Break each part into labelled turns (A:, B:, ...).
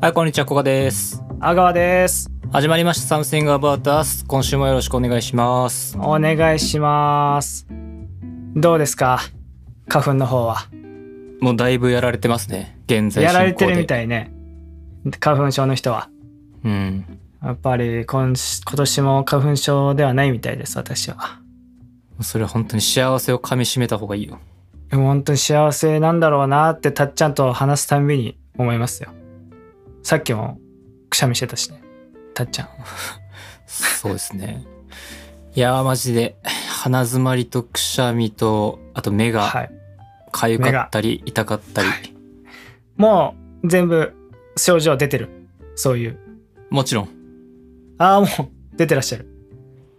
A: はい、こんにちは、こかです。
B: 阿川です
A: 始まりました、Something About Us。今週もよろしくお願いします。
B: お願いしますどうですか花粉の方は
A: もうだいぶやられてますね。現在進行で。
B: やられてるみ
A: い。
B: たいね花粉症の人は
A: うん。
B: やっぱり今し今年も花粉症ではないみたいです私は
A: それは本当に幸せを噛み締めた方がいいよ。
B: でも本当に幸せなんだろうなってたっちゃんと話すたんびに思いますよさっきもくしゃみしてたしねたっちゃん
A: そうです ね。いやー、マジで。鼻詰まりとくしゃみと、あと目が
B: はい
A: 痒かったり、痛かったり。
B: もう全部症状出てるそういう
A: もちろん。
B: ああもう出てらっしゃる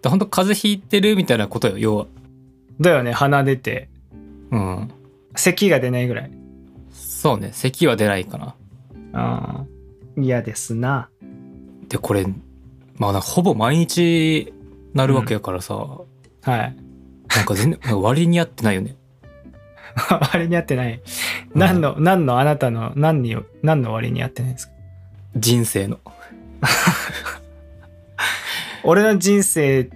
A: 本当風邪ひいてるみたいなことよ、要は。
B: だよね鼻出て
A: うん。
B: 咳が出ないぐらい
A: そうね、咳は出ないかな。
B: うん嫌ですな
A: で、これ、まあな、ほぼ毎日なるわけやからさ、
B: はい
A: なんか全然、なんか割に合ってないよね。
B: 割に合ってない何の、何のあなたの何に何の割に合ってないんですか
A: 人生の。
B: 俺の人生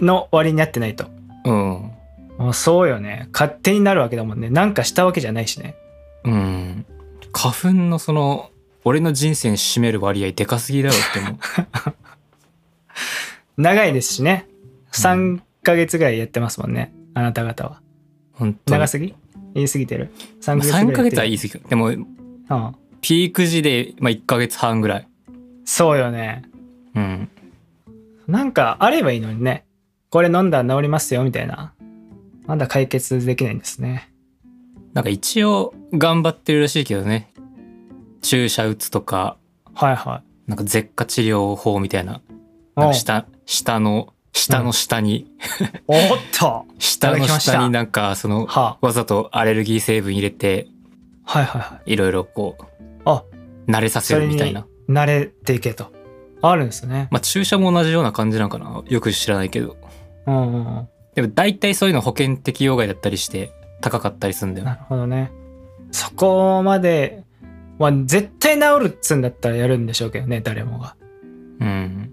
B: の割に合ってないと
A: うん。
B: あそうよね勝手になるわけだもんねなんかしたわけじゃないしね
A: うん。花粉のその、俺の人生に占める割合でかすぎだろって 思う。
B: 長いですしね3ヶ月ぐらいやってますもんね、あなた方は
A: 本当に。
B: 長すぎ言い過ぎてる3ヶ月ぐらい
A: 3ヶ月は
B: やってる
A: 言い過ぎでも、
B: うん、
A: ピーク時で、まあ、1ヶ月半ぐらい。
B: そうよね
A: うん。
B: なんかあればいいのにね。これ飲んだら治りますよみたいな。まだ解決できないんですね。
A: なんか一応頑張ってるらしいけどね。注射打つとか、
B: はいは
A: なんか舌下治療法みたいな。なんか
B: い。
A: 下、下の、下の下に、
B: おおっと
A: 下
B: いた
A: の
B: だきました
A: 下になんか、その、
B: は
A: わざとアレルギー成分入れて、
B: あ、はいはいはい
A: ろいろこう、
B: あ
A: 慣れさせるみたいな
B: そ。い。慣れていけと。あるんですね。
A: まあ注射も同じような感じなんかな。よく知らないけど。
B: うんうんうん。
A: でも大体そういうの保険適用外だったりして、高かったりするんだよ
B: な。るほどね。そこまで、まあ、絶対治るっつんだったらやるんでしょうけどね、誰もが。
A: うん。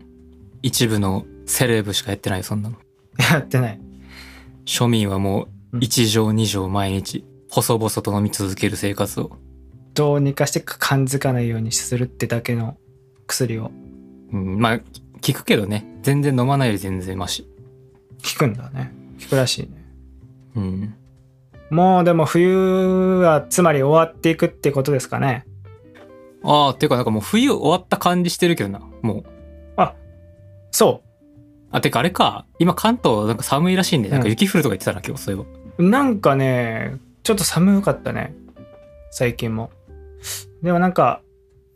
A: 一部のセレブしかやってない、そんなの。
B: やってない。
A: 庶民はもう
B: う、ん
A: 一錠二錠毎日、細々と飲み続ける生活を。
B: どうにかして感づかないようにするってだけの薬を
A: うん、まあ、聞くけどね。全然飲まないより全然マシ。
B: 効くんだね。効くらしいね。
A: うん。
B: もうでも冬はつまり終わっていくってことですかね。
A: ああ、っていうかなんかもう冬終わった感じしてるけどな。もう。
B: そ
A: あ、てかあれか。今関東なんか寒いらしいんで、なんか
B: うん
A: 雪降るとか言ってたな、今日、そういえば。
B: う。なんかね、ちょっと寒かったね。最近も。でもなんか、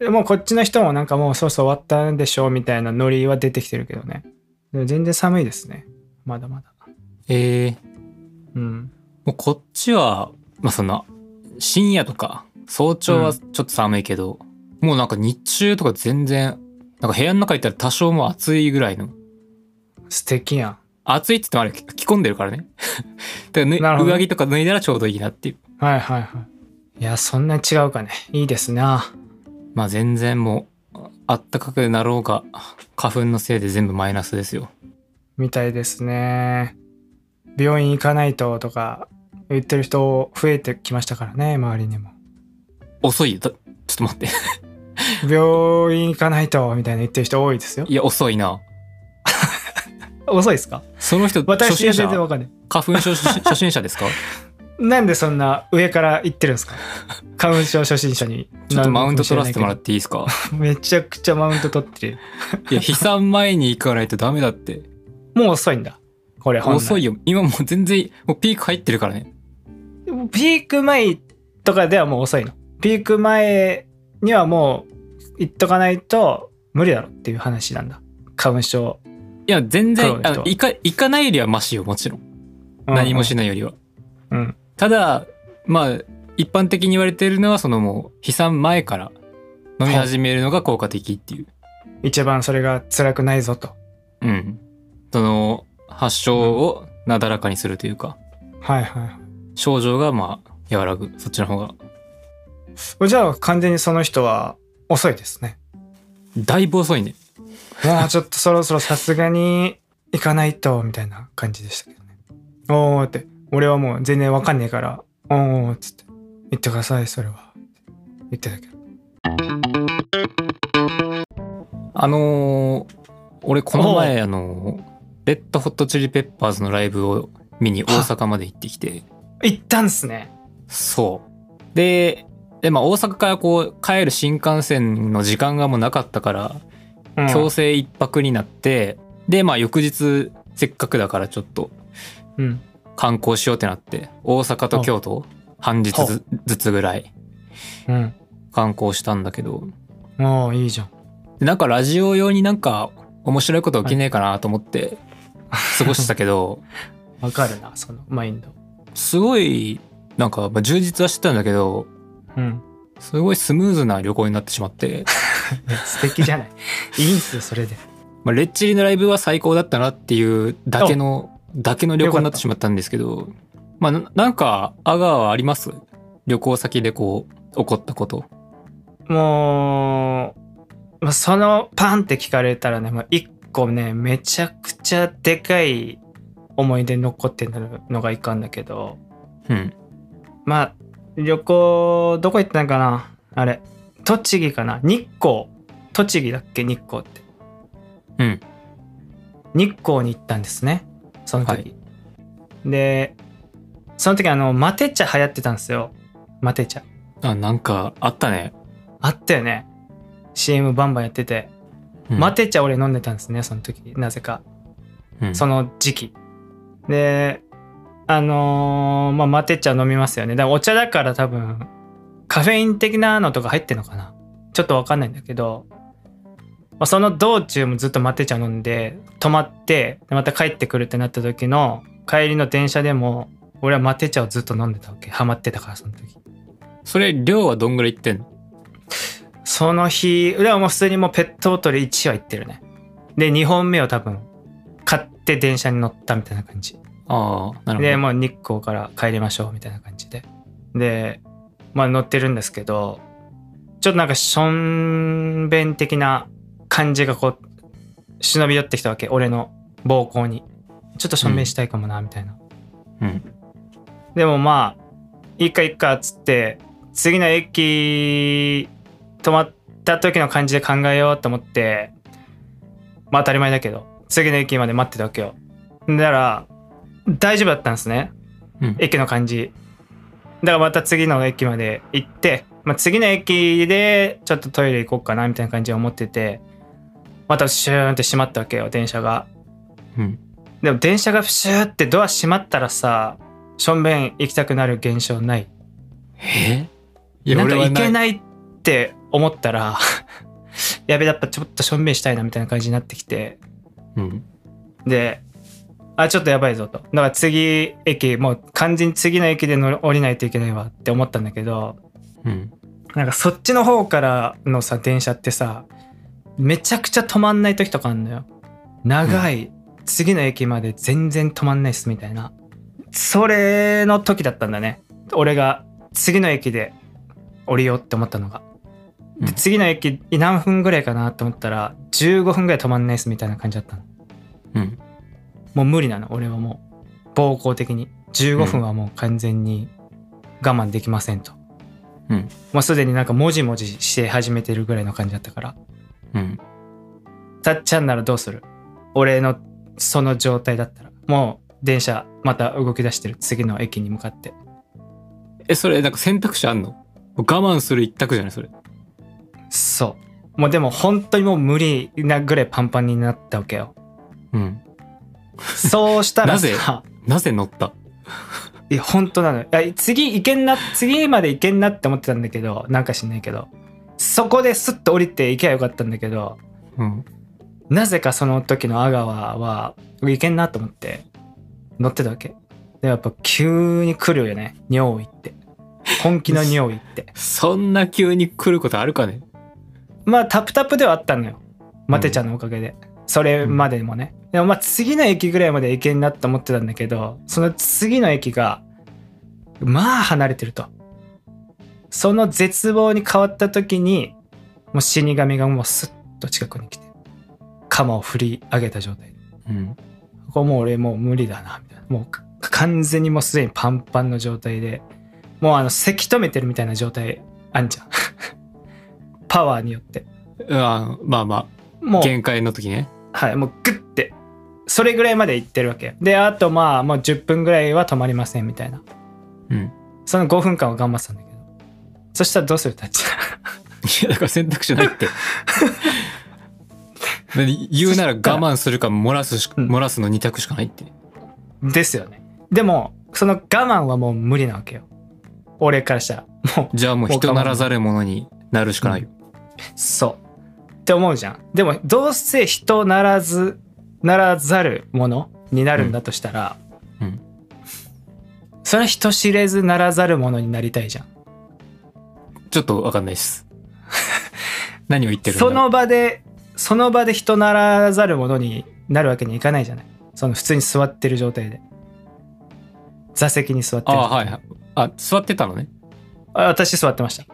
B: もうこっちの人もなんかもうそろそろ終わったんでしょうみたいなノリは出てきてるけどね。でも全然寒いですね。まだまだ。
A: ええ
B: うん。
A: もうこっちは、まあ、そんな、深夜とか、早朝はちょっと寒いけど、もうなんか日中とか全然、なんか部屋の中行ったら多少もう暑いぐらいの。
B: 素敵やん。
A: 暑いって言ってもあれ、着込んでるからね。 だからぬ
B: なるほど
A: 上着とか脱いだらちょうどいいなっていう。
B: はいはいはい。いや、そんな違うかね。いいですな。
A: まあ全然もう、あったかくなろうが、花粉のせいで全部マイナスですよ。
B: みたいですね。病院行かないととか言ってる人増えてきましたからね、周りにも。
A: 遅いよ。だちょっと待って。
B: 病院行かないとみたいな言ってる人多いですよ
A: いや、遅いな。
B: 遅いですか
A: その人、初
B: 私
A: 心
B: は全然
A: 者
B: わかんない
A: 花粉症初初心者です か
B: なんでそんな上から言ってる んですか花粉症初心者に
A: ちょっとマウント取らせてもらってていいですか
B: めちゃくちゃマウント取ってる
A: いや、飛散前に行かないとダメだって。
B: もう遅いんだこれ本来
A: 遅いよ。今もう全然、もうピーク入ってるからね。
B: ピーク前とかではもう遅いのピーク前にはもう行っとかないと無理だろっていう話なんだ花粉症、
A: いや、全
B: そ
A: 然
B: うで、す
A: あの、行か、行かないよりはマシよ、もちろん。何もしないよりは。
B: ない、うん、
A: ただ、まあ、一般的に言われてるのは、そのもう、飛散前から飲み始めるのが効果的っていう。
B: 一番それが辛くないぞと
A: うん。その、発症をなだらかにするというか、
B: はいはいはい
A: 症状がまあ、和らぐ。そっちの方が。
B: じゃあ完全にその人は遅いですね。
A: だいぶ遅いね。
B: もうちょっとそろそろさすがに行かないと、みたいな感じでしたけどね。おーって、俺はもう全然わかんねえから、おーっつって、言ってください、それは。言ってたけど。
A: あのー俺この前あのーレッドホットチリペッパーズのライブを見に大阪まで行ってきて
B: 行ったんすね。
A: そうでで、まあ、大阪からこう帰る新幹線の時間がもうなかったから
B: うん
A: 強制一泊になって、でまあ翌日せっかくだからちょっと
B: うん。
A: 観光しようってなって大阪と京都半日ずずつぐらい
B: うん。
A: 観光したんだけど
B: おー、いいじゃん。
A: でなんかラジオ用になんか面白いこと起きねえかなと思って過ごしたけ ど
B: わかるな、そのマインド。
A: すごいなんかまあ充実はしてたんだけど
B: うん。
A: すごいスムーズな旅行になってしまって、
B: いや素敵じ ゃない。いいんすよ、それで。
A: まあ、レッチリのライブは最高だったなっていうだけのだけの旅行になってしまったんですけどまあななんかアガーはあります旅行先でこう起こったこと
B: もう、まあ、そのパンって聞かれたらね、もう一個ね、めちゃくちゃでかい思い出残ってるのがいかんだけど、
A: うん
B: まあ、旅行、どこ行ったんかなあれ、栃木かな日光。栃木だっけ日光って。
A: うん
B: 日光に行ったんですね。その時。
A: はい
B: で、その時あの、マテ茶流行ってたんですよ。マテ茶。
A: あなんかあったね、
B: あったよね。CM バンバンやってて。
A: うん
B: マテ茶俺飲んでたんですねその時なぜか
A: うん
B: その時期であのーまあマテ茶飲みますよねだからお茶だから多分カフェイン的なのとか入ってんのかなちょっとわかんないんだけど、まあ、その道中もずっとマテ茶飲んで泊まってでまた帰ってくるってなった時の帰りの電車でも俺はマテ茶をずっと飲んでたわけハマってたからその時
A: それ量はどんぐらいいってんの
B: その日、でももう普通にもうペットボトル1は行ってるね。で、2本目を多分、買って電車に乗ったみたいな感じ。
A: ああなるほど
B: で、もう日光から帰りましょうみたいな感じで。で、まあ乗ってるんですけど、ちょっとなんかしょんべん的な感じがこう、忍び寄ってきたわけ。俺の暴行に。ちょっとしょんべんしたいかもな、みたいな。
A: うん
B: でもまあいいかいいかっつって次の駅止まった時の感じで考えようと思ってまあ当たり前だけど次の駅まで待ってたわけよだから大丈夫だったんですね
A: うん
B: 駅の感じだからまた次の駅まで行って、まあ、次の駅でちょっとトイレ行こうかなみたいな感じで思っててまたシューンって閉まったわけよ電車が
A: うん
B: でも電車がプシューってドア閉まったらさしょんべん行きたくなる現象ない
A: えい
B: なんか行け
A: い
B: ないって思ったら やべやっぱちょっとしょんべんしたいなみたいな感じになってきて
A: うん
B: であちょっとやばいぞとだから次駅もう完全に次の駅で乗り降りないといけないわって思ったんだけど
A: うん
B: なんかそっちの方からのさ電車ってさめちゃくちゃ止まんない時とかあんのよ長い、次の駅まで全然止まんないっすみたいなそれの時だったんだね俺が次の駅で降りようって思ったのが、
A: うん
B: で次の駅何分ぐらいかなと思ったら15分ぐらい止まんないっすみたいな感じだったの
A: うん
B: もう無理なの俺はもう暴行的に15分はもう完全に我慢できませんと、
A: うん
B: もうすでになんかもじもじして始めてるぐらいの感じだったから
A: うん
B: たっちゃんならどうする俺のその状態だったらもう電車また動き出してる次の駅に向かって
A: えそれなんか選択肢あんの我慢する一択じゃないそれ
B: そうもうでも本当にもう無理なぐらいパンパンになったわけよ
A: うん
B: そうしたらさ
A: ななぜ乗った
B: いや本当なのよいや次行けんな次まで行けんなって思ってたんだけどなんか知んないけどそこですっと降りて行けばよかったんだけど
A: うん
B: なぜかその時の阿川は行けんなと思って乗ってたわけでやっぱ急に来るよね尿意って本気の尿意って
A: そんな急に来ることあるかね
B: まあタプタプではあったのよマテちゃんのおかげで、それまでもねでもまあ次の駅ぐらいまで行けんなと思ってたんだけどその次の駅がまあ離れてるとその絶望に変わった時にもう死神がもうスッと近くに来て鎌を振り上げた状態
A: うん。
B: これもう俺もう無理だなみたいなもうか完全にもうすでにパンパンの状態でもうあのせき止めてるみたいな状態あんじゃ んパワーによって
A: うんあまあま
B: も
A: あ、
B: う
A: 限界の時ね。
B: はいもうグッてそれぐらいまで行ってるわけであとまあもう10分ぐらいは止まりませんみたいな
A: うん。
B: その5分間は頑張ってたんだけどそしたらどうするタッチ
A: いや、だから選択肢ない って。何言うなら我慢するか漏らすし、
B: うん
A: 漏らすの二択しかないって。
B: ですよねでもその我慢はもう無理なわけよ俺からしたらもう
A: じゃあもう人ならざる者になるしかないよ。
B: そう。って思うじゃん。でも、どうせ人ならず、ならざるものになるんだとしたら、
A: うんうん
B: それは人知れずならざるものになりたいじゃん。
A: ちょっとわかんないです。 何を言ってるんだ
B: その場で、その場で人ならざるものになるわけにいかないじゃない。その普通に座ってる状態で。座席に座って
A: あ
B: る。
A: あ、はいはい。あ、座ってたのね。
B: あ私座ってました。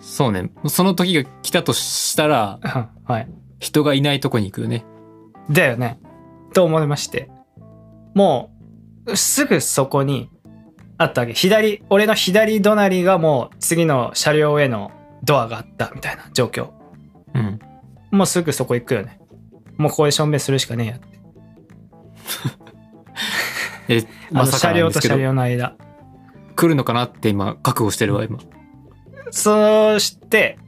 A: そうね。その時が来たとしたら、
B: うんはい。
A: 人がいないとこに行くよね。
B: だよね。と思いまして。もう、すぐそこにあったわけ。左、俺の左隣がもう次の車両へのドアがあったみたいな状況。
A: うん。
B: もうすぐそこ行くよね。もうここでしょんべんするしかねえやって。
A: え、
B: あ
A: ま
B: の
A: さかな
B: 車
A: ん
B: 両
A: で
B: と
A: すけ
B: 車
A: ど、
B: 両の間。
A: 来るのかなって今、覚悟してるわ、今。
B: そうして、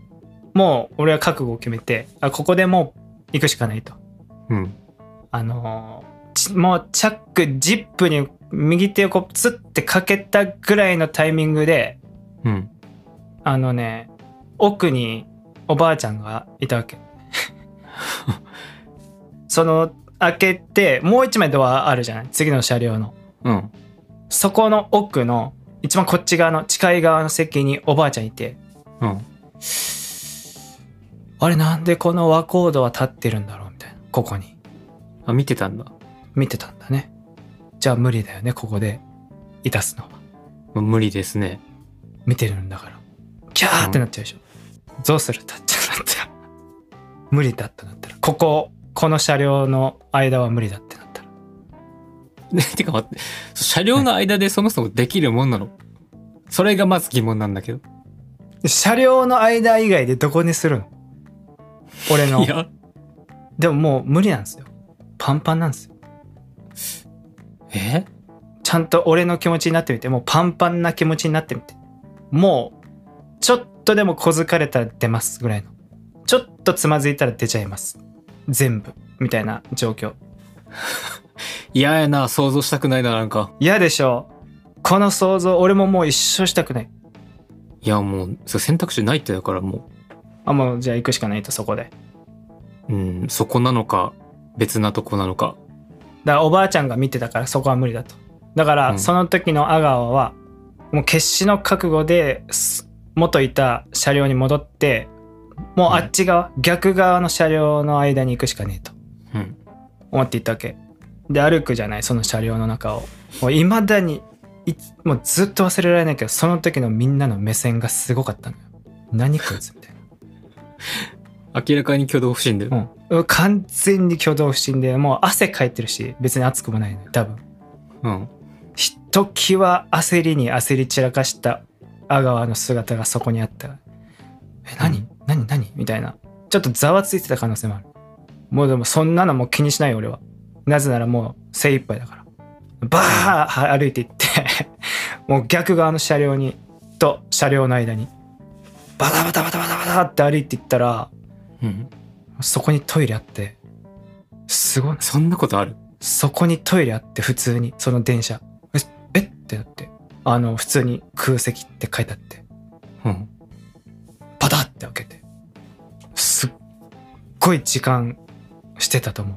B: もう俺は覚悟を決めて、あここでもう行くしかないと。
A: うん。
B: あのーちもうチャック、ジップに右手をこう、つってかけたぐらいのタイミングで、
A: うん。
B: あのね、奥におばあちゃんがいたわけ。その、開けて、もう一枚ドアあるじゃない次の車両の。
A: うん。
B: そこの奥の、一番こっち側の、近い側の席におばあちゃんいて、
A: うん。
B: あれなんでこの和光度は立ってるんだろうみたいな。ここに。
A: あ、見てたんだ。
B: 見てたんだね。じゃあ無理だよね、ここで。いたすのは。
A: 無理ですね。
B: 見てるんだから。キャーってなっちゃうでしょ。どうする立っちゃうなったら。 無理だってなったら。ここ、この車両の間は無理だってなったら。
A: ね、てか待って、車両の間でそもそもできるもんなのそれがまず疑問なんだけど。
B: 車両の間以外でどこにするの俺の
A: い。や、
B: でももう無理なんですよ。パンパンなんですよ。
A: え
B: ちゃんと俺の気持ちになってみて、もうパンパンな気持ちになってみて。もう、ちょっとでも小づかれたら出ますぐらいの。ちょっとつまずいたら出ちゃいます。全部。みたいな状況。
A: 嫌やな、想像したくないな、なんか。
B: 嫌でしょこの想像俺ももう一生したくない
A: いや、もう、そう選択肢ないってだからも
B: あもうじゃあ行くしかないとそこでだか
A: う、うん、そこなのか、別なとこなのか。
B: らおばあちゃんが見てたからそこは無理だとだか
A: う
B: ら
A: ん
B: その時の阿川はもう決死の覚悟です元いた車両に戻ってもうあっち側、逆側の車両の間に行くしかねえと
A: うん。
B: 思って行ったわけで歩くじゃないその車両の中をもういまだにいもうずっと忘れられないけどその時のみんなの目線がすごかったのよ何こいつみたいな
A: 明らかに挙動不審だよ。
B: うん、完全に挙動不審でもう汗かいてるし別に熱くもないのよ多分
A: うん。
B: ひときわ焦りに焦り散らかした阿川の姿がそこにあったえ何何何みたいなちょっとざわついてた可能性もあるもうでもそんなのもう気にしないよ俺はなぜならもう精一杯だからバーッ歩いていって もう逆側の車両にと車両の間にバタバタバタバタバタって歩いていったら
A: うん。
B: そこにトイレあってすごいな
A: そんなことある
B: そこにトイレあって普通にその電車ええってなってあの普通に空席って書いてあって
A: うん。
B: パタッて開けてすっごい時間してたと思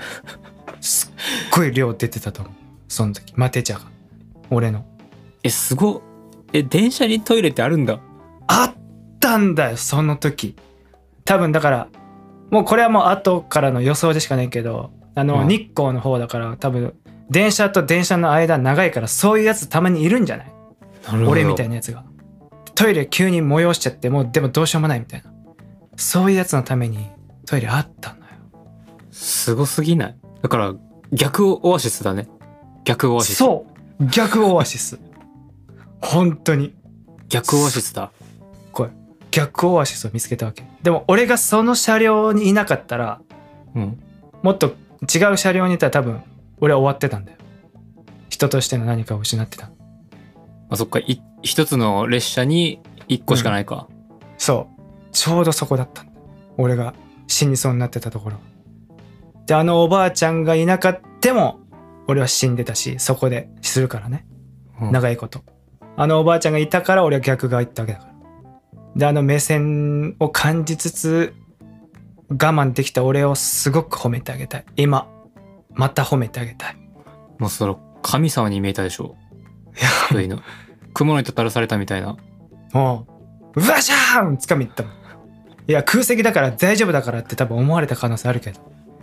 B: うすっごい量出てたと思うその時マテ茶が俺の
A: え、すごっ。え、電車にトイレってあるんだ。
B: あったんだよその時多分だからもうこれはもう後からの予想でしかないけどあの、
A: うん
B: 日光の方だから多分電車と電車の間長いからそういうやつたまにいるんじゃない
A: なる
B: 俺みたい
A: な。
B: なやつがトイレ急に催しちゃってもうでもどうしようもないみたいなそういうやつのためにトイレあったんだよ
A: すごすぎないだから逆オアシスだね逆オアシス
B: そう逆オアシス本当に
A: 逆オアシスだ
B: 逆オアシスを見つけたわけでも俺がその車両にいなかったら
A: うん
B: もっと違う車両にいたら多分俺は終わってたんだよ人としての何かを失ってた
A: あそっかい一つの列車に一個しかないか、
B: そうちょうどそこだったんだ俺が死にそうになってたところであのおばあちゃんがいなかっても俺は死んでたしそこでするからね
A: うん
B: 長いことあのおばあちゃんがいたから俺は逆側行ったわけだからであの目線を感じつつ我慢できた俺をすごく褒めてあげたい今また褒めてあげたい
A: もうそれ神様に見えたでしょ
B: いや
A: そういうの雲にたたらされたみたいな
B: もう、うわしゃーんつかみ行ったもん。いや、空席だから大丈夫だからって多分思われた可能性あるけど、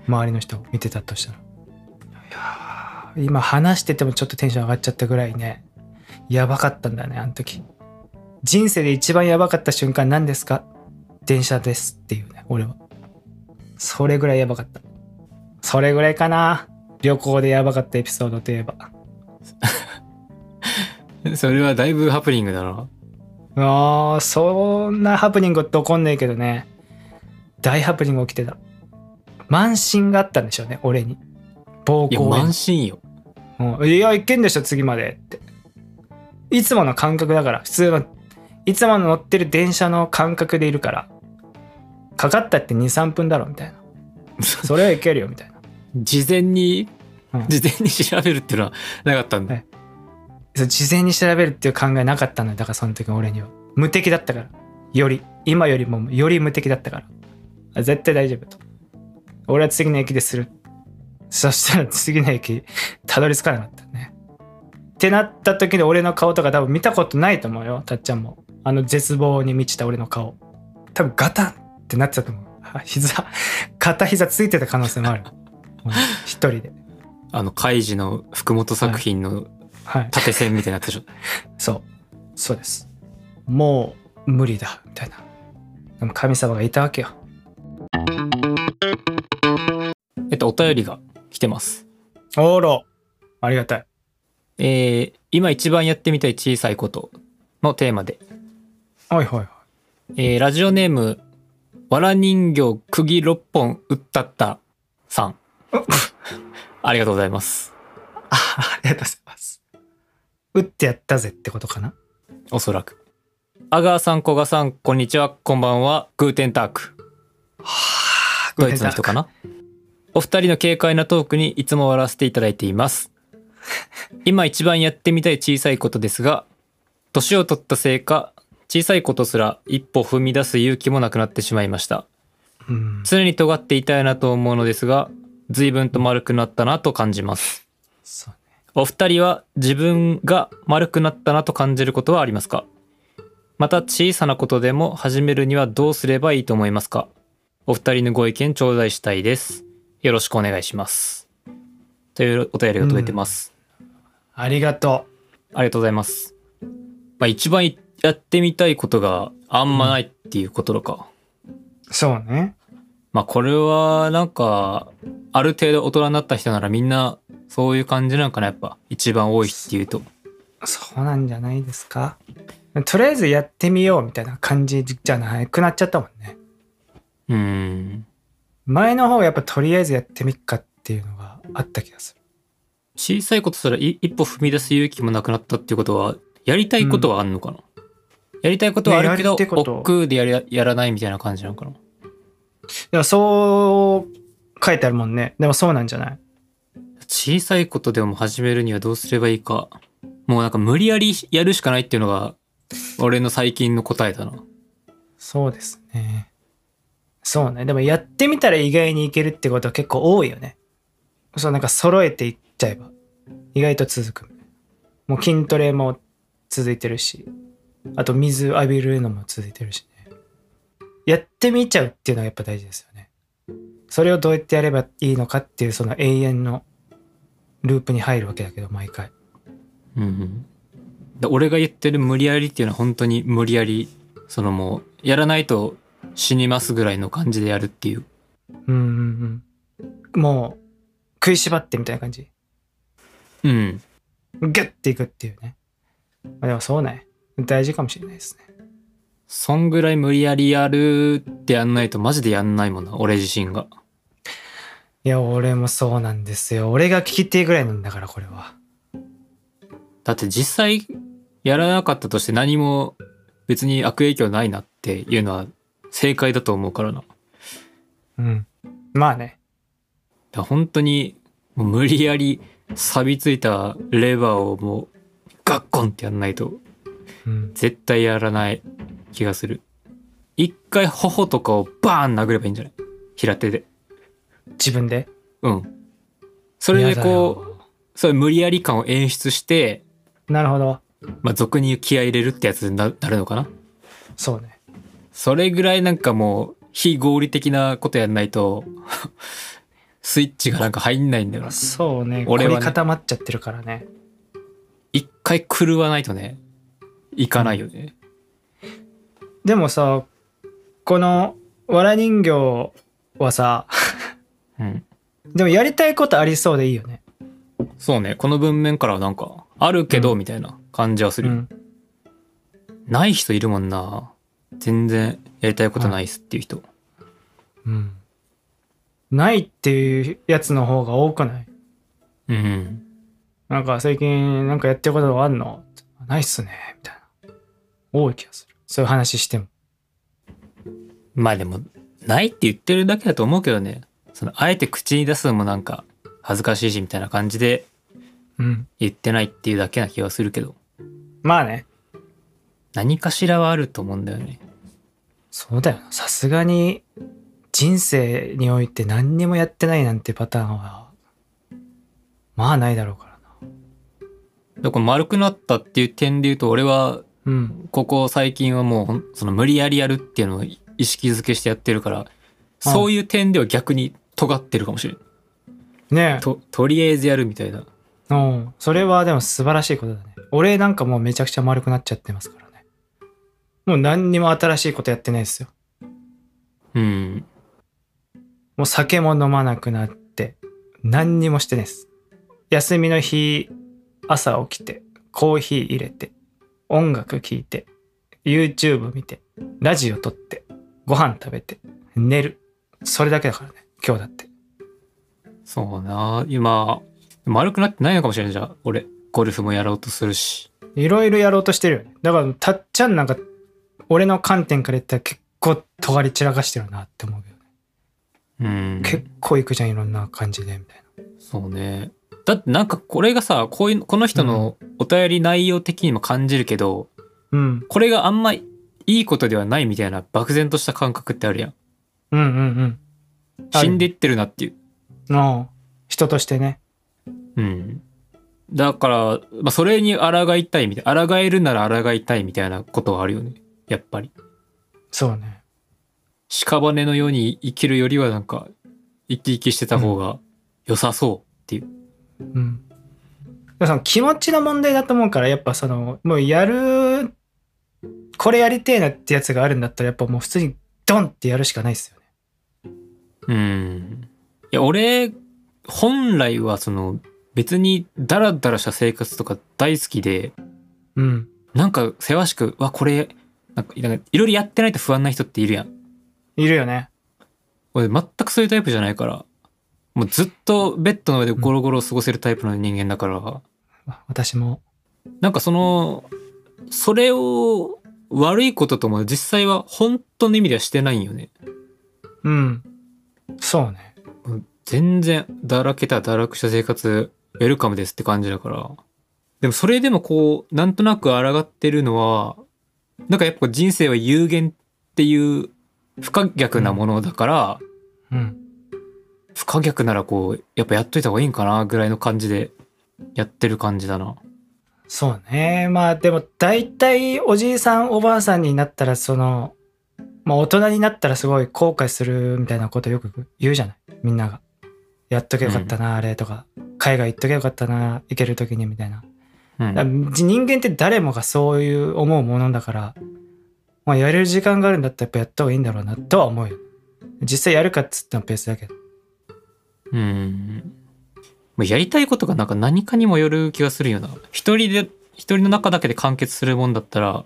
B: 周りの人見てたとしたら。いやー今話しててもちょっとテンション上がっちゃったぐらいね、やばかったんだね、あの時。人生で一番やばかった瞬間何ですか電車ですっていうね、俺は。それぐらいやばかった。それぐらいかな。旅行でやばかったエピソードといえば。
A: それはだいぶハプニングだな
B: ああ、そんなハプニングって起こんねえけどね。大ハプニング起きてた。慢心があったんでしょうね、俺に。暴
A: いや
B: 行への
A: 満身よ
B: うんいや、いけんでしょ、次までって。いつもの感覚だから、普通の、いつもの乗ってる電車の感覚でいるから、かかったって2、3分だろ、みたいな。それはいけるよ、みたいな。
A: 事前に、
B: うん
A: 事前に調べるっていうのはなかったんだ、
B: はいそう事前に調べるっていう考えなかったのよだからその時の俺には無敵だったからより今よりもより無敵だったからあ絶対大丈夫と俺は次の駅でするそしたら次の駅たどり着かなかったねってなった時の俺の顔とか多分見たことないと思うよたっちゃんもあの絶望に満ちた俺の顔多分ガタンってなってたと思うあ膝片膝ついてた可能性もあるうん一人で
A: あのカイジの福本作品の
B: はい
A: 縦線みたいなやつでしょ、
B: そう。そうです。もう無理だ。みたいな。でも神様がいたわけよ。
A: えっとお便りが来てます
B: おろ。ありがたい。
A: えー今一番やってみたい小さいことのテーマで、
B: はいはいはい。
A: えーラジオネーム「わら人形釘6本打ったった」さんありがとうございます
B: ありがとうございます。打ってやったぜってことかな。
A: おそらく阿川さん古賀さんこんにちはこんばんはグーテンターク
B: はあ、
A: ドイツの人かなお二人の軽快なトークにいつも笑わせていただいてい ます今一番やってみたい小さいことですが年を取ったせいか小さいことすら一歩踏み出す勇気もなくなってしまいました
B: うん。
A: 常に尖っていたいなと思うのですが随分と丸くなったなと感じます
B: そうね。
A: お二人は自分が丸くなったなと感じることはありますかまた小さなことでも始めるにはどうすればいいと思いますかお二人のご意見頂戴したいですよろしくお願いしますというお便りが届いてます、
B: ありがと
A: ありがとうございますまあ一番やってみたいことがあんまないっていうことか、
B: う。そうね。
A: まあこれはなんかある程度大人になった人ならみんなそういう感じなんかなやっぱ一番多いっていうと
B: そうなんじゃないですか。とりあえずやってみようみたいな感じじゃなくなっちゃったもんね。
A: うーん
B: 前の方やっぱとりあえずやってみっかっていうのがあった気がする。
A: 小さいことすらい一歩踏み出す勇気もなくなったっていうことはやりたいことはあんのかな、やりたいことはあるけど、
B: ねやりたいこと
A: 億劫でやりやらないみたいな感じなのかな
B: でもそう書いてあるもんね。でもそうなんじゃない
A: 小さいことでも始めるにはどうすればいいかもうなんか無理やりやるしかないっていうのが俺の最近の答えだな
B: そうですね。そうね。でもやってみたら意外にいけるってことは結構多いよね。そう、なんか揃えていっちゃえば、意外と続く。もう筋トレも続いてるし、あと水浴びるのも続いてるしね。やってみちゃうっていうのがやっぱ大事ですよね。それをどうやってやればいいのかっていうその永遠のループに入るわけだけど、毎回。
A: うんうん、で俺が言ってる無理やりっていうのは本当に無理やりそのもうやらないと死にますぐらいの感じでやるっていう。
B: うんうんうん。もう、食いしばってみたいな感じ。
A: うん。
B: ギュッていくっていうね。まあ、でもそうね。大事かもしれないですね。
A: そんぐらい無理やりやるってやんないとマジでやんないもんな、俺自身が。
B: いや、俺もそうなんですよ。俺が聞きてえぐらいなんだから、これは。
A: だって実際やらなかったとして何も別に悪影響ないなっていうのは正解だと思うからな。だか
B: うん。まあね。
A: ら本当にもう無理やり錆びついたレバーをもうガッコンってやんないと
B: うん。
A: 絶対やらない気がする。一回頬とかをバーン殴ればいいんじゃない平手で。
B: 自分で。
A: うん。それでこう、そういう無理やり感を演出して、
B: う。なるほど。
A: まあ俗に言う気合い入れるってやつにななるのかな
B: そうね。
A: それぐらいなんかもう非合理的なことやんないと スイッチがなんか入んないんだよな
B: そうね。
A: 俺はね
B: 凝り固まっちゃってるからね。
A: 一回狂わないとねいかないよね
B: でもさ、この、わら人形はさ、
A: うん
B: でもやりたいことありそうでいいよね。
A: そうねこの文面からはなんかあるけどみたいな感じはす
B: う
A: る、
B: ん。
A: ない人いるもんな全然やりたいことないっすっていう人、
B: うん。ないっていうやつの方が多くない
A: うん
B: なんか最近なんかやってることあんのないっすね。みたいな。多い気がする。そういう話しても。
A: まあでもないって言ってるだけだと思うけどねそのあえて口に出すのもなんか恥ずかしいしみたいな感じで
B: うん。
A: 言ってないっていうだけな気がするけど
B: まあね。
A: 何かしらはあると思うんだよね
B: そうだよな。さすがに人生において何にもやってないなんてパターンは、まあないだろうからな。
A: だから丸くなったっていう点で言うと俺は
B: うん。
A: ここ最近はもうほんその無理やりやるっていうのを意識づけしてやってるからそういう点では逆に尖ってるかもしれない、
B: ねえ。
A: ととりあえずやるみたいな
B: うん。それはでも素晴らしいことだね。俺なんかもうめちゃくちゃ丸くなっちゃってますからね。もう何にも新しいことやってないですよ。
A: うん
B: もう酒も飲まなくなって、何にもしてないです。休みの日、朝起きて、コーヒー入れて、音楽聴いて、YouTube 見て、ラジオ撮って、ご飯食べて、寝る。それだけだからね、今日だって。
A: そうな今丸くなってないのかもしれないじゃあ俺ゴルフもやろうとするし
B: いろいろやろうとしてるよね。だから、たっちゃんなんか、俺の観点から言ったら結構尖り散らかしてるなって思うけどね。
A: うん
B: 結構行くじゃん、いろんな感じで、みたい
A: そうねだってなんかこれがさこういうこの人のお便り内容的にも感じるけど、
B: な。うん。
A: これがあんまいいことではないみたいな漠然とした感覚ってあるやん
B: うんうんあ
A: 死
B: る
A: んでいってるなっていう
B: うん。の人としてね。
A: うん、だから、まあ、それに抗いたいみたいな抗えるなら抗いたいみたいなことはあるよねやっぱり
B: そうね。
A: 屍のように生きるよりはなんか生き生きしてた方が良さそうっていう、
B: うん。でもその気持ちの問題だと思うから、やっぱその、もうやる、これやりてえなってやつがあるんだったら、やっぱもう普通にドンってやるしかないですよね。
A: うんいや俺本来はその別にダラダラした生活とか大好きで
B: うん。
A: なんかせわしくわこれなんかなんかいろいろやってないと不安な人っているやん
B: いるよね。
A: 俺全くそういうタイプじゃないからもうずっとベッドの上でゴロゴロ過ごせるタイプの人間だから、
B: わ私も。
A: なんかそのそれを悪いこととも実際は本当の意味ではしてないんよね
B: うん。そうね。
A: もう全然だらけた堕落した生活ウェルカムですって感じだからでもそれでもこうなんとなく抗ってるのはなんかやっぱ人生は有限っていう不可逆なものだから、
B: うん。
A: 不可逆ならこうやっぱやっといた方がいいんかなぐらいの感じでやってる感じだな
B: そうね。まあでも、大体おじいさんおばあさんになったら、その、まあ大人になったらすごい後悔するみたいなことよく言うじゃないみんなが。やっとけよかったな、あれとか。海外行っとけよかったな、行ける時にみたいな。
A: う
B: だ
A: ん
B: 人間って誰もがそういう思うものだからまあ、やれる時間があるんだったらやっぱやった方がいいんだろうなとは思うよ実際やるかっつったのペースだけど
A: うん。もうやりたいことがなんか何かにもよる気がするよな。一人で、一人の中だけで完結するもんだったら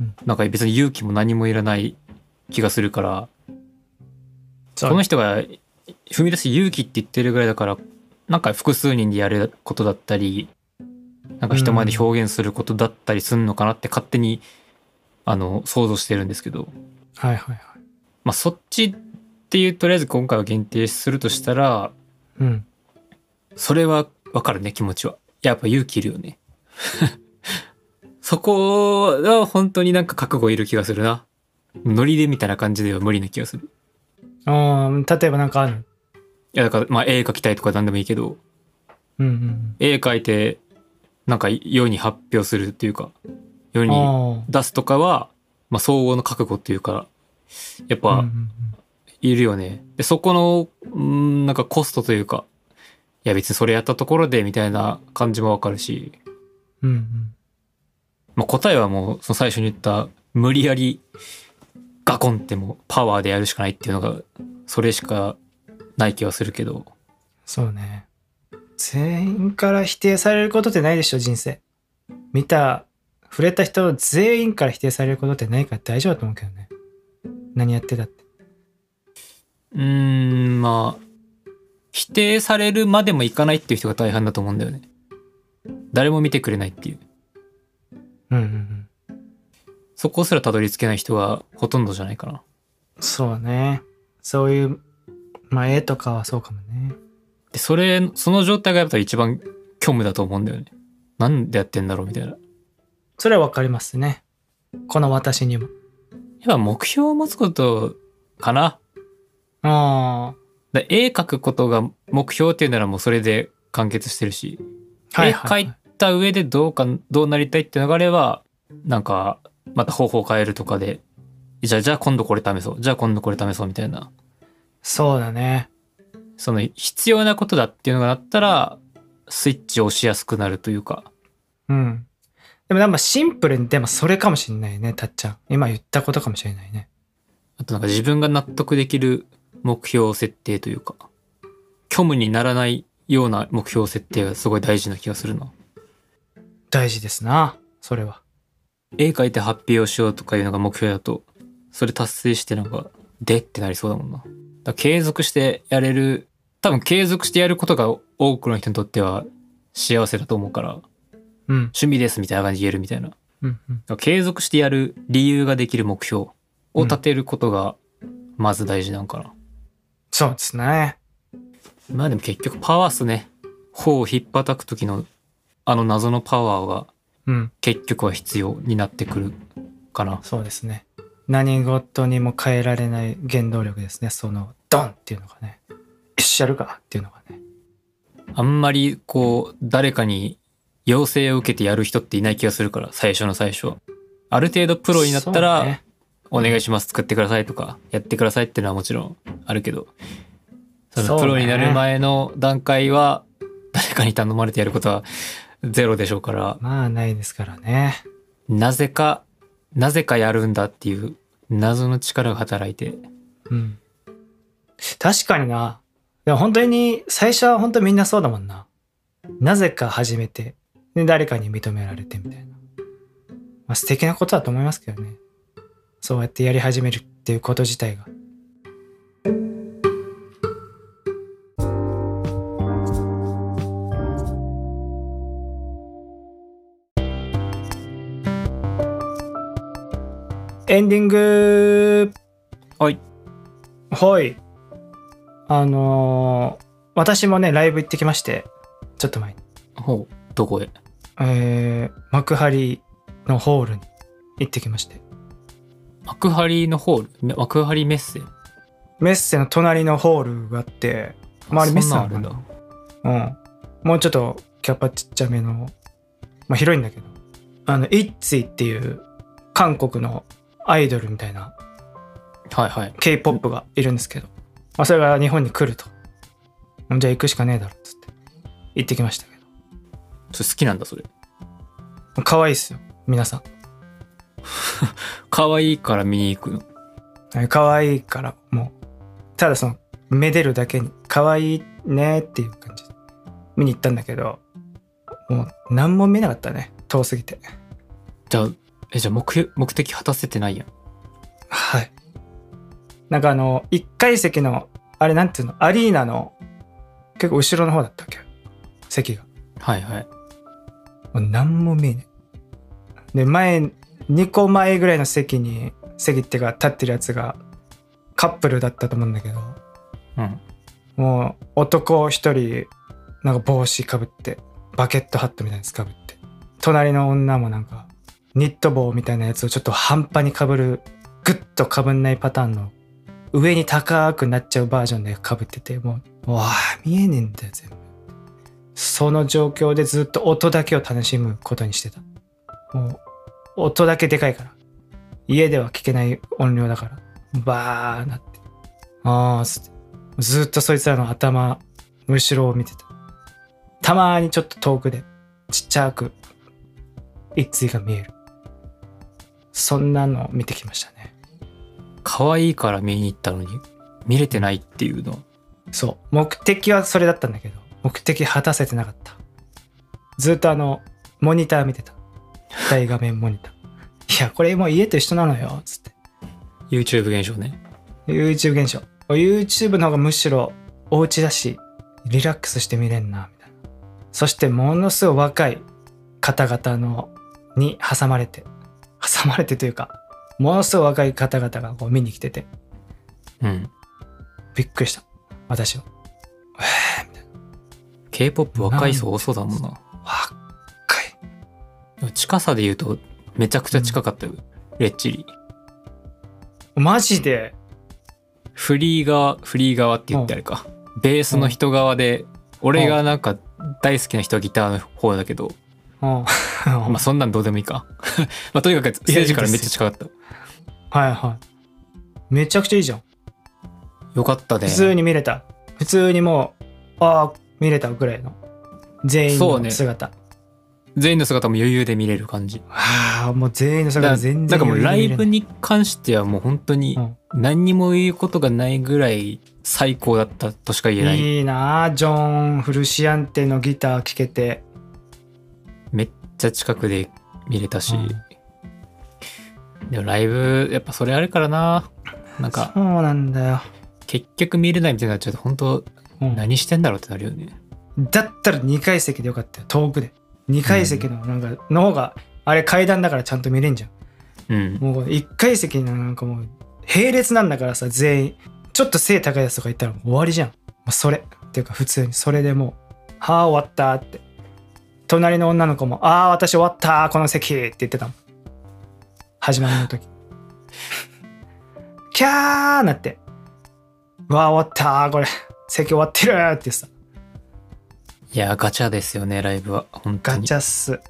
B: うん、
A: なんか別に勇気も何もいらない気がするから、
B: そ
A: この人が踏み出す勇気って言ってるぐらいだから、なんか複数人でやることだったり、なんか人前で表現することだったりするのかなって勝手に、あの、想像してるんですけど。
B: はいはいはい
A: まあ、そっちっていうとりあえず今回は限定するとしたら
B: うん
A: それはわかるね気持ちはやっぱ勇気いるよね そこは本当になんか覚悟いる気がするなノリでみたいな感じでは無理な気がするい
B: あー例えばなんかある
A: やだからまあ絵描きたいとか何でもいいけど
B: うんうん
A: 絵描いてなんか世に発表するっていうか世
B: うん
A: に
B: あ
A: 出すとかは、まあ、総合の覚悟っていうかやっ
B: あ
A: ぱ、いるよね。で、そこの、うんなんかコストというか、いや別にそれやったところでみたいな感じもわかるし、
B: うんうん
A: まあ、答えはもうその最初に言った無理やりガコンってもうパワーでやるしかないっていうのが、それしかない気はするけど、
B: そうね全員から否定されることってないでしょ人生見た触れた人全員から否定されることってないから大丈夫だと思うけどね何やってたって
A: うーん、まあ、否定されるまでもいかないっていう人が大半だと思うんだよね。誰も見てくれないっていう。
B: うんうんうん
A: そこすらたどり着けない人がほとんどじゃないかな。
B: そうねそういうまあ絵とかはそうかもね
A: でそれその状態がやっぱり一番虚無だと思うんだよねなんでやってんだろうみたいなやっ
B: それはわかりますねこの私にも
A: ぱ目標を持つことかな
B: あ
A: だ絵描くことが目標っていうならもうそれで完結してるし、
B: あはいはい、
A: 絵描
B: はい、
A: た上でどうかどうなりたいっていうのがあればなんかまた方法を変えるとかでじゃあじゃあ今度これ試そうじゃあ今度これ試そうみたいない
B: そうだね
A: その必要なことだっていうのがあったらスイッチを押しやすくなるというか
B: うん。でもなんかシンプルに、でもそれかもしんないね、たっちゃん。今言ったことかもしれないね。
A: あとなんか自分が納得できる目標設定というか、虚無にならないような目標設定がすごい大事な気がするな。
B: 大事ですな、それは。
A: 絵描いて発表しようとかいうのが目標だと、それ達成してなんか、でってなりそうだもんな。だから継続してやれる、多分継続してやることが多くの人にとっては幸せだと思うから、
B: うん。
A: 趣味ですみたいな感じで言えるみたいな。だか
B: うん、うん。
A: ら継続してやる理由ができる目標を立てることが、まず大事なんかな。
B: そうですね。
A: まあでも結局パワーっすね。頬をひっぱたく時のあの謎のパワーが
B: うん。
A: 結局は必要になってくるかな。
B: そうですね。何事にも変えられない原動力ですね。その、ドンっていうのがね。よっしゃやるかっていうのがね。
A: あんまりこう誰かに要請を受けてやる人っていない気がするから最初の最初は。ある程度プ
B: プ
A: ロになったら、お願いします作ってくださいとかやってくださいっていうのはもちろんあるけどそ
B: そう
A: の
B: ね
A: プロになる前の段階は誰かに頼まれてやることはゼロでしょうから
B: まあ、ないですからね。
A: なぜか、なぜかやるんだっていう謎の力が働いて。
B: うん。確かにな。でも本当に、最初は本当みんなそうだもんな。なぜか始めて、で、誰かに認められてみたいな。まあ素敵なことだと思いますけどね。そうやってやり始めるっていうこと自体が。エンディング
A: はい。
B: はい。あのー私もね、ライブ行ってきまして、ちょっと前に、
A: ほう。どこへ
B: えー、幕張のホールに行ってきまして、
A: 幕張のホールめ幕張メッセ。
B: メッセの隣のホールがあって、周りメッセ
A: そんな
B: な
A: んあるん
B: の
A: だ
B: か。なうん。もうちょっとキャパちっちゃめの、まあ広いんだけど、あの、イッツイっていう韓国のアイドルみたいな
A: はいはい。
B: K-POP がいるんですけど、まあ、それが日本に来ると。じゃあ行くしかねえだろっつって、行ってきましたけど。
A: それ好きなんだ、それ。
B: 可愛いっすよ皆さん
A: 可愛いから見に行くの。
B: 可愛いからもうただそのめでるだけに可愛いねっていう感じで見に行ったんだけどもう何も見なかったね遠すぎて
A: じゃあ、え、じゃあ目、目的果たせてないやん。
B: はいなんかあの1階席のあれなんていうのアリーナの結構後ろの方だったっけ席が
A: はいはい。
B: もう何も見えないで前2個前ぐらいの席に席っていうか立ってるやつがカップルだったと思うんだけど
A: うん。
B: もう男一人なんか帽子かぶってバケットハットみたいなやつかぶって隣の女もなんかニット帽みたいなやつをちょっと半端にかぶるグッとかぶんないパターンの上に高くなっちゃうバージョンでかぶっててもううわあ見えねえんだよ全部その状況でずっと音だけを楽しむことにしてたもう音だけでかいから家では聞けない音量だからバーなってああつってずっとそいつらの頭の後ろを見てたたまにちょっと遠くでちっちゃく一対が見えるそんなのを見てきましたね
A: 可愛いから見に行ったのに、見れてないっていうのは。
B: そう目的はそれだったんだけど目的果たせてなかったずっとあのモニター見てた大画面モニターいやこれもう家と一緒なのよつって
A: YouTube 現象ね。
B: YouTube 現象 YouTube の方がむしろお家だしリラックスして見れんなみたいなそしてものすごい若い方々のに挟まれて挟まれてというかものすごい若い方々がこう見に来てて
A: うん。
B: びっくりした私は
A: K-POP 若い層多そうだもんな。
B: 若い
A: でも近さで言うと、めちゃくちゃ近かったよ。レッチリ。
B: マジで
A: フリー側、フリー側って言ってあれか。ベースの人側で、俺がなんか大好きな人はギターの方だけど、
B: うん
A: まあそんなんどうでもいいか。 まあとにかくステージからめっちゃ近かった。
B: はいはいめちゃくちゃいいじゃん
A: よかったね。
B: 普通に見れた普通にもうああ見れたぐらいの全員
A: そう
B: の
A: ね
B: 姿、
A: 全員の姿も余裕で見れる感じ。
B: ああもう全員の
A: だ
B: 姿全
A: な
B: 然
A: んかもうライブ
B: に
A: に関してはもう本当に
B: うん
A: 何にも言うことがないぐらい最高だったとしか言えない。
B: いいなあジョン・フルシアンテのギター聴けて
A: めっちゃ近くで見れたし
B: う。
A: でもライブ、やっぱそれあるからな。なんか
B: そうなんだよ、
A: 結局見れないみたいになっちゃうと本当
B: うん
A: 何してんだろうってなるよね。
B: だったら2階席でよかったよ遠くで2階席のなんか、の方があれ階段だからちゃんと見れんじゃん
A: うん。
B: もう1階席のなんかもう並列なんだからさ全員ちょっと背高いやつとか言ったらもう終わりじゃんもうそれっていうか普通にそれでもう「はあ終わった」って隣の女の子も「ああ私終わったこの席」って言ってたもん始まりの時キャーなって「うわあ終わったこれ席終わってる」ってさ
A: いや、ガチャですよね、ライブは。本当
B: ガ
A: に
B: チ。ャっす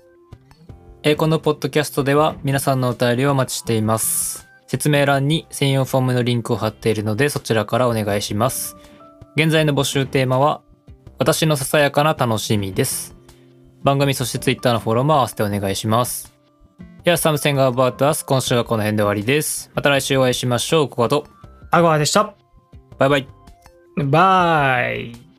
A: えーこのポッドキャストでは皆さんのお便りをお待ちしています。説明欄に専用フォームのリンクを貼っているのでそちらからお願いします。現在の募集テーマは私のささやかな楽しみです。番組そして Twitter のフォローも合わせてお願いします。では、サムセンガーバートアス、今週はこの辺で終わりです。また来週お会いしましょう。ここと。
B: アゴアでした
A: バイバイ。
B: バイ